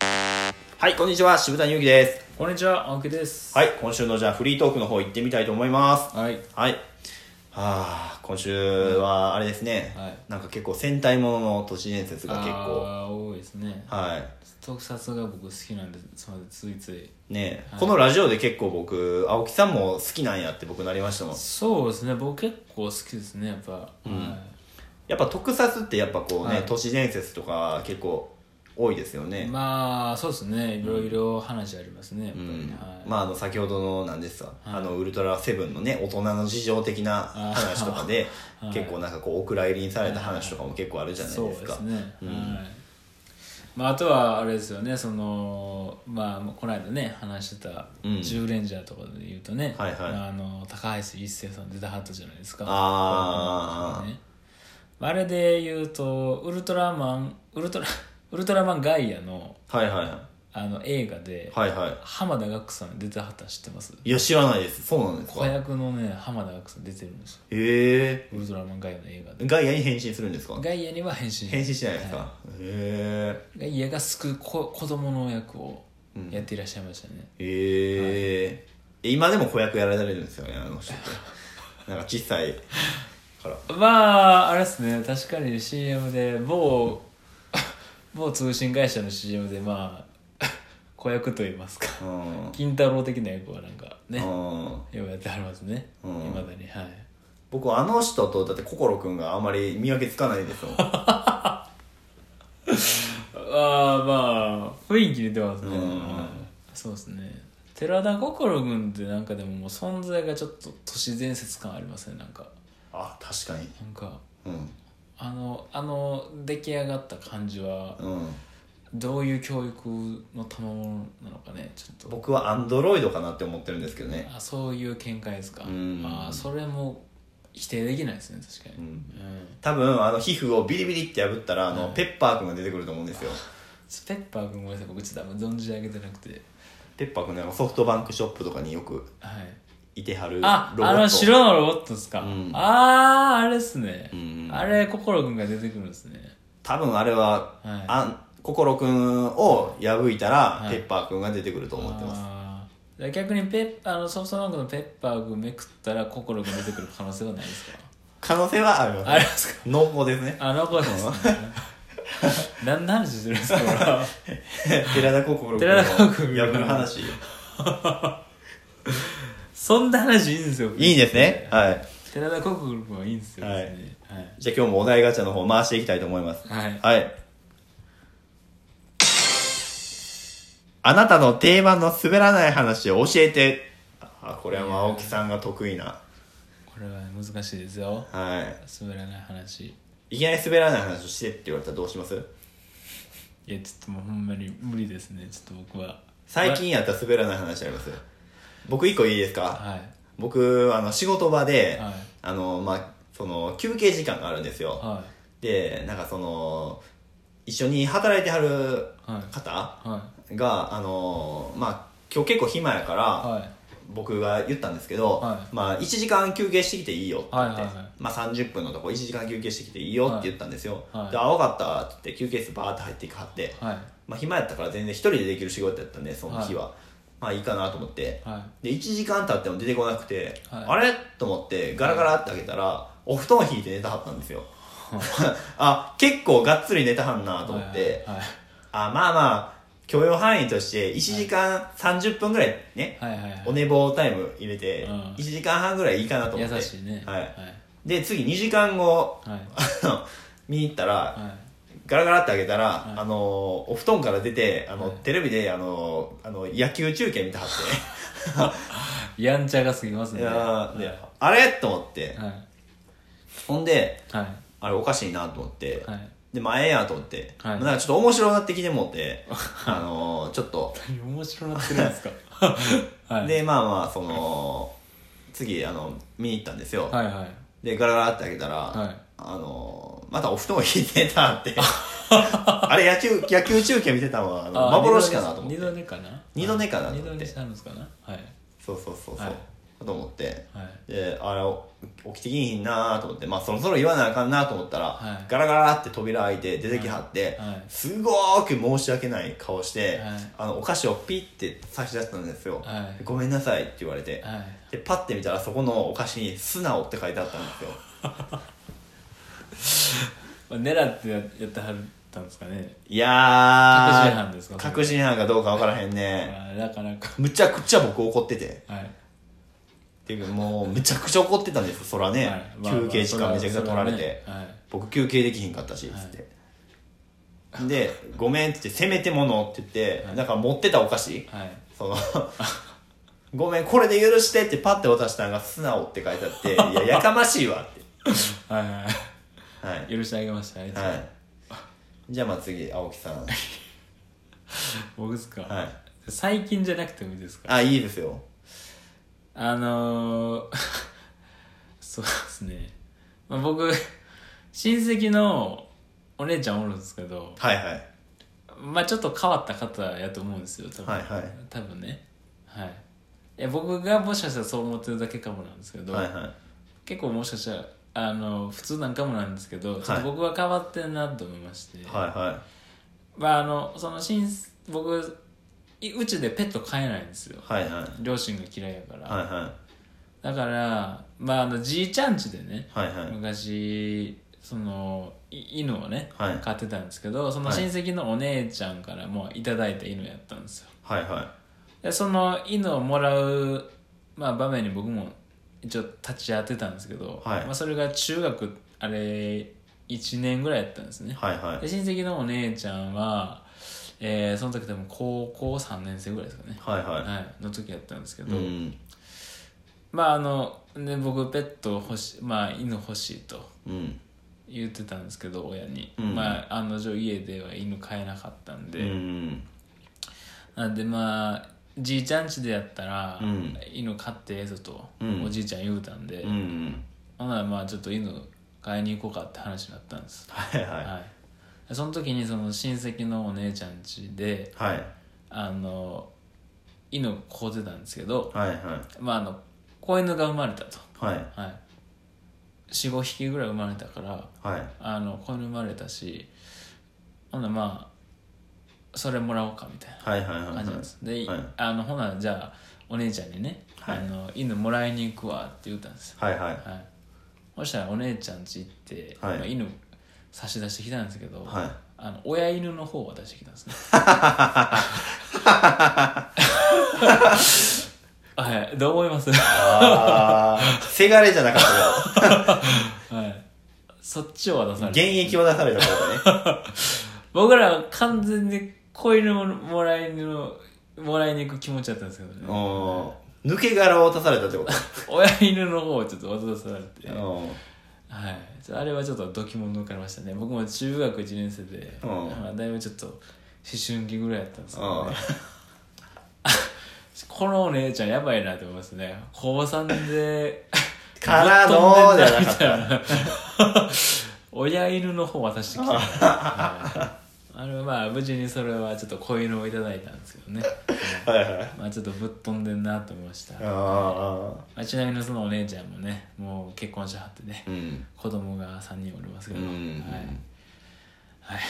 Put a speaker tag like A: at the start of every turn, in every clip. A: はい、こんにちは、渋谷祐樹です。
B: こんにちは、青木です。
A: はい、今週のじゃあフリートークの方行ってみたいと思います。
B: はい。
A: はい。はあ、今週はあれですね、
B: はい
A: なんか結構戦隊ものの都市伝説が結構、
B: あー多いですね。
A: は
B: 特撮が僕好きなんで、つまりついつい。
A: い。ねえ、
B: はい
A: このラジオで結構僕、青木さんも好きなんやって僕なりましたもん。
B: そうですね、僕結構好きですね、やっぱ。は
A: やっぱ特撮ってやっぱこうね、
B: はい
A: 都市伝説とか結構多いですよ
B: い
A: ね。
B: まあ、そうですね、いろいろ話ありますね、やっ
A: う
B: ぱり
A: ん
B: ね。はい
A: まあ、あの先ほどのなんですか、
B: はい
A: あのウルトラセブンのね大人の事情的な話とかで、
B: はい
A: 結構なんかこうお蔵入りにされた話とかも結構あるじゃない
B: そう
A: です
B: で
A: か
B: すね。
A: うん
B: はい。まあ、あとはあれですよね、その、まあ、この間ね、話してた
A: うん
B: 「十レンジャー」とかで言うとね、
A: はいはい
B: あの高橋一生さん出たはったじゃないですか。
A: あー
B: ねあれで言うとウルトラマンウルトラ ウルトラマンガイアの
A: はいは
B: あの映画で、
A: いはいは
B: 浜田岳さん出てはったの知ってます
A: いいや知らないですそうなんです
B: 子
A: かへ
B: 役のね浜田岳さん出てるんですよ
A: え
B: ウルトラマンガイアの映画で
A: ガイアに変身するんですか
B: ガイアには変身しない
A: 変身しないですか、へ
B: ガイアが救う子子供の役をやっていらっしゃいましたね、
A: えへえ今でも子役やられてるんですよねあの人ってなんか小さいから
B: まああれですね確かに CM で某 某通信会社の CM でまあ 子役と言いますか
A: うん
B: 金太郎的な役はなんかね
A: うん
B: ようやってはりますねい
A: うん
B: まだにはい
A: 僕あの人とだって心くんがあんまり見分けつかないです もん
B: ああまあ雰囲気出てますね、
A: うん
B: はいそうですね寺田心君ってなんかでももう存在がちょっと都市伝説感ありますねなんか
A: あ確かに
B: なんか
A: うん
B: あのあの出来上がった感じは
A: うん
B: どういう教育の賜物なのかねちょっと
A: 僕はアンドロイドかなって思ってるんですけどね
B: あそういう見解ですか
A: うん
B: あーそれも否定できないですね確か
A: う
B: に、
A: ん
B: うん、
A: 多分あの皮膚をビリビリって破ったらあの、
B: はい
A: ペッパーくんが出てくると思うんですよ
B: スペッパー君ごめんなさい僕ちょっとあんま存じ上げてなくて
A: ペッパーくんなんかソフトバンクショップとかによく
B: はい
A: いてはる
B: あ、あの白のロボットですか。
A: うん
B: ああ、あれですね。
A: うん
B: あれ、心くんが出てくるんですね。
A: 多分あれは、
B: はい
A: あん心くんを破いたら、
B: はい
A: ペッパーくんが出てくると思ってます
B: あーだから逆にペッあのソフトバンクのペッパーくんめくったら心くん出てくる可能性はないです か
A: 可能性はあり
B: あ
A: ま
B: れ
A: す
B: ですか
A: 濃厚です ね
B: あの子ですね。何の話してるんですかこれは
A: 寺田心君を
B: 寺田心君
A: 破る話
B: そんな話いいんですよ。
A: いいんですねはい
B: 寺田心くんはいいんですよ。
A: はい
B: 別にはい。
A: じゃあ今日もお題ガチャの方回していきたいと思います。
B: はい
A: はい。あなたの定番の滑らない話を教えて。あ、これはもう青木さんが得意な。
B: これは難しいですよ。
A: は
B: 滑らない話。
A: い。いきなり滑らない話をしてって言われたらどうします
B: いや、ちょっともうほんまに無理ですね。ちょっと僕は。
A: 最近やったら滑らない話あります僕一個いいですか
B: はい。
A: 僕、あの、仕事場で、
B: はい
A: あの、まあ、その、休憩時間があるんですよ。
B: は
A: で、なんかその、一緒に働いてはる
B: い。はい。
A: 方、
B: は
A: が、あのーまあ、今日結構暇やから、
B: い。はい。
A: 僕が言ったんですけど、
B: はい
A: まあ、1時間休憩してきていいよって言って、
B: はいはいはい
A: まあ、30分のとこ1時間休憩してきていいよって言ったんですよ、
B: はいはい
A: であ分かったって言って休憩室バーって入っていくはって、
B: はい。
A: まあ、暇やったから全然一人でできる仕事やったんでその日は、まあいいかなと思って
B: は
A: で1時間経っても出てこなくて、
B: はい。
A: あれと思ってガラガラって開けたらお布団引いて寝たはったんですよ あ結構がっつり寝たはんないと思って、
B: はい。
A: あまあまあ許容範囲として1時間30分ぐらいね、
B: はいはいはい。
A: お寝坊タイム入れて
B: うん
A: 1時間半ぐらいいいかなと思って
B: 優しいね。
A: はい
B: はい。
A: で次2時間後
B: はい。
A: あの見に行ったら、
B: はい。
A: ガラガラって開けたら、
B: い
A: あのお布団から出てあの、
B: はい
A: テレビであのあの野球中継見たはっ
B: やんちゃがすぎます
A: て い
B: ね。
A: や
B: は
A: ー
B: い。
A: であれと思って、
B: はい。
A: ほんで
B: はい。
A: あれおかしいなと思って、
B: はい。
A: でまあええやと思って、
B: はい
A: まあなんかちょっと面白なってきても って、あのちょっと
B: 面白なってるんですかはい。
A: でまあまあその次あの見に行ったんですよ、
B: はいはい。
A: でガラガラって開けたら、
B: はい。
A: あのまたお布団を引いてたって あれ野球野球中継見てたのはあの
B: あ
A: 幻かなと思っ
B: 二
A: て
B: 度寝かな
A: 二度寝かなと
B: 二
A: 思って
B: 度寝したんですかなはい。
A: そうそうそうそう、
B: はい
A: と思って
B: はい
A: であれ起きてきひんなと思ってまあそろそろ言わなあかんなと思ったら、
B: はい
A: ガラガラって扉開いて出てきはって、
B: はい
A: すごーく申し訳ない顔して、
B: はい
A: あのお菓子をピッて差し出したんですよ、
B: はい
A: ごめんなさいって言われて、
B: はい
A: でパッて見たらそこのお菓子に「素直」って書いてあったん ですよ
B: まあ、狙ってややってはったんですかね
A: いやー
B: 確信犯ですか
A: 確信犯かどうか分からへんね
B: あーなかなか
A: むちゃくちゃ僕怒ってて
B: は
A: っ
B: い
A: ていうかもうむちゃくちゃ怒ってたんですよそらね、
B: はいまあまあ
A: 休憩時間めちゃくちゃ取られて、
B: それはねはい
A: 僕休憩できひんかったしつって、で「ごめん」って言って「せめてもの」って言って、なんか持ってたお菓子
B: はい
A: そのごめんこれで許してってパッて渡したのが「素直」って書いてあって「いややかましいわ」って
B: はいは
A: はい
B: い許してあげましたあいつ、
A: はいじゃあまあ次青木さ ん
B: 僕ですか、
A: はい
B: 最近じゃなくてもいいですか
A: あいいですよ
B: あのー、 そうですね、まあ、僕親戚のお姉ちゃんおるんですけど
A: はいはい
B: まあちょっと変わった方やと思うんですよ多分、
A: はいはい
B: 多分ねはいいや僕がもしかしたらそう思ってるだけかもなんですけど、
A: はいはい
B: 結構もしかしたらあの普通なんかもなんですけどちょっと僕は変わってんなと思いまして、
A: はいは
B: まああのその親僕いうちでペット飼えないんですよ
A: いはいはいはい
B: 両親が嫌いやから、
A: は
B: だからまああのじいちゃん家でね、
A: いはいはい
B: 昔そのい犬をね、
A: はい
B: 飼ってたんですけどその
A: はい
B: 親戚のお姉ちゃんからもういただいた犬やったんですよ
A: はいは
B: でその犬をもらう、まあ、場面に僕も一応立ち会ってたんですけど、
A: はい
B: まあ、それが中学あれ1年ぐらいやったんですね、
A: いはいはい
B: で親戚のお姉ちゃんは、えーその時多分高校3年生ぐらいですかね、
A: はいは
B: はい、の時やったんですけ
A: いう
B: ど、
A: ん
B: まああので僕ペット欲しいまあ犬欲しいと
A: うん
B: 言ってたんですけど親に、
A: うん
B: まあ案の定家では犬飼えなかったん
A: う
B: で、
A: ん
B: なんでまあじいちゃん家でやったら、
A: うん
B: 犬飼ってええぞと、
A: うん
B: おじいちゃん言うたんで、
A: うん
B: ほんならまあちょっと犬買いに行こうかって話になったんです、
A: はいはい
B: はい、その時にその親戚のお姉ちゃん家で
A: はい
B: あの犬を飼うてたんですけど、
A: はいはい
B: まああの子犬が生まれたと、
A: はい
B: はい、45匹ぐらい生まれたから
A: はい
B: あの子犬生まれたしほんならまあそれもらおうかみたいな
A: はいはいはいはい
B: 感じなんです、で、
A: はい
B: あのほなじゃあお姉ちゃんにね、
A: はい
B: あの犬もらいに行くわって言ったんですよ、
A: はいはい
B: はい、そしたらお姉ちゃん家行って、
A: はい
B: まあ、犬差し出してきたんですけど、
A: はい
B: あの親犬の方を渡してきたん ですねはいどう思います、は
A: あーせがれ じゃなかったけ
B: い、そっちを渡さ
A: ど
B: れ
A: 現
B: て
A: 役を出されたこと ね
B: 僕らは完全に子犬をもらいのもらいに行く気持ちだったんですけどね
A: おー抜け殻を渡されたってこと
B: 親犬の方をちょっと渡されて
A: うん
B: はい、ちょあれはちょっとドキモ抜かれましたね僕も中学1年生で、
A: うん
B: まあ、だいぶちょっと思春期ぐらいだったんですけど、ね
A: うん
B: このお姉ちゃんやばいなって思いますね高3で
A: からの
B: ぶっ飛んでんな
A: じゃなかった
B: みたいな親犬の方渡してきた、はい、あれはまあ無事にそれはちょっと子犬をいただいたんですけどね、
A: はいはい
B: まあ、ちょっとぶっ飛んでんなと思いました、ま
A: あ
B: あ、ちなみにそのお姉ちゃんもねもう結婚しはってね
A: あうん
B: 子供が3人おりますけど、
A: うん
B: はい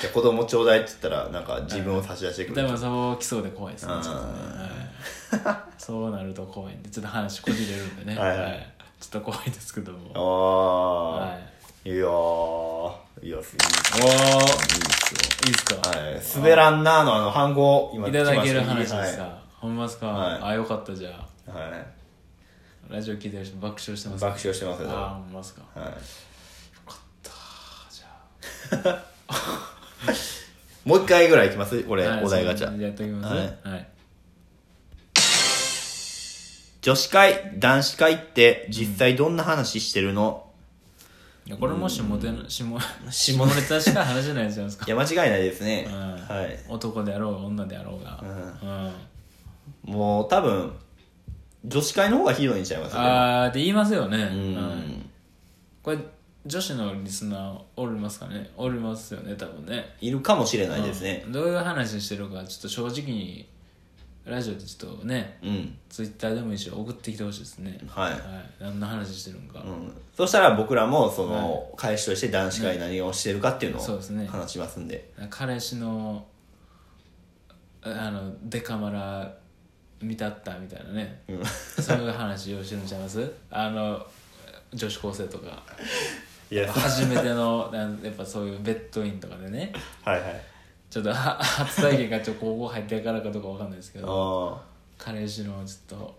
A: じゃあ子供ちょうだいって言ったらなんか自分を差し出してく
B: で
A: る
B: もそう来そうで怖いですね
A: あー
B: ちょっとね、はい、 そうなると怖いんでちょっと話こじれるんでね
A: はいはい
B: ちょっと怖いですけどもは
A: あ
B: い
A: あいやーいやす
B: おおいいっすか、
A: ごいはい滑らんなーのあの反抗今
B: い、
A: 聞き
B: た
A: ました
B: だける話ですか、ほんまっすか、
A: はい
B: あよかったじゃあ
A: はいはい
B: ラジオ聞いてる人爆笑してます
A: 爆笑してますよ
B: ああほんまっすかよ
A: はい
B: かったじゃあ
A: もう一回ぐらいいきますこれ
B: はい
A: お題ガチ
B: そん
A: ャ
B: なやっときます
A: は
B: はいい、
A: 女子会男子会って実際どんな話してるの
B: いやこれもしモテな下 下ネタしか話じゃないじゃないですか
A: いや間違いないですね
B: うん
A: はい
B: 男であろうが女であろうが、うん
A: もう多分女子会の方がひどいんちゃいますね
B: あーって言いますよね、
A: う
B: うん
A: ん
B: これ女子のリスナーおりますかねおりますよね多分ね
A: いるかもしれないですね
B: どういう話してるかちょっと正直にラジオでちょっとね
A: うん。
B: ツイッターでもいいし送ってきてほしいですね
A: はい
B: はい、何の話してるんか、
A: うん、そしたら僕らもその返しとして男子会何をしてるかっていうの
B: そうですね
A: を話しますんで
B: 彼氏のああのデカマラ見たったみたいなね、 そういう話をしてるんちゃいますあの女子高生とか
A: いや
B: 初めてのなんやっぱそういうベッドインとかでね
A: はいはい
B: ちょっとは 初体験がちょっと高校入ってからかどうかわかんないですけど
A: あ
B: 彼氏のちょっと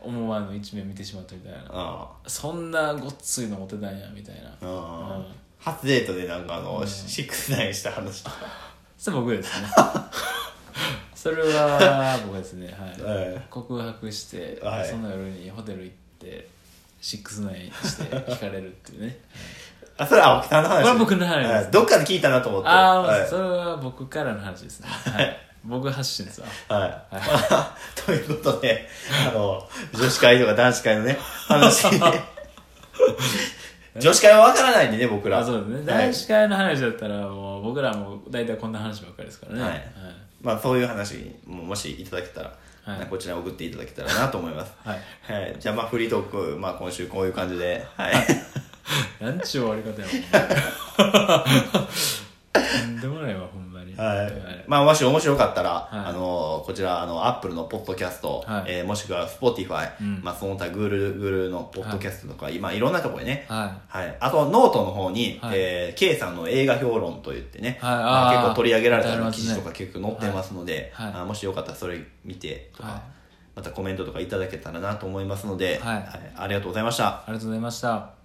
B: 思わぬ一面見てしまったみたい
A: あ
B: な
A: あ
B: そんなごっついの持てたんやみたいな
A: ああ
B: うん
A: 初デートでなんかあの、シックスナインした話とか
B: それ僕で すねそれは僕ですねはい、
A: え
B: 告白して、
A: はい
B: その夜にホテル行って69して聞かれるっていうね
A: あそれは青木さんの話
B: これは僕の話です
A: はいどっかで聞いたなと思って
B: ああ、
A: はい
B: それは僕からの話ですね、はい、僕発信ですわ
A: はい。という ことで、あの、女子会とか男子会のね、 話で。女子会はわからないんでね、僕ら。
B: あそうですね
A: はい
B: 男子会の話だったらもう僕らも大体こんな話ばっかりですからね
A: はいまあ、そういう話ももしいただけたら、
B: はい
A: こちらに送っていただけたらなと思います。
B: はい
A: はい。じゃあ、まあ、フリートーク、まあ、今週こういう感じで、はい。
B: なんちゅう終わり 方やもんとんでもないわほんまに
A: はい。まあ、もし面白かったら、
B: い
A: あの、こちら、あの、アップルのポッドキャスト、
B: はい
A: えーもしくは Spotify、
B: うん
A: まあ、その他、グールグールのポッドキャストとか、今、いろんなところでね、
B: は
A: はい。あと、ノートの方に、
B: はい
A: えー K さんの映画評論といってね、
B: はい
A: まあ
B: あー
A: 結構取り上げられた
B: あり
A: ような
B: ます
A: 記
B: ね
A: 事とか結構載ってますので、
B: はいはい
A: あーもしよかったらそれ見てとか、
B: はい
A: またコメントとかいただけたらなと思いますので、
B: はい
A: ありがとうございました。
B: ありがとうございました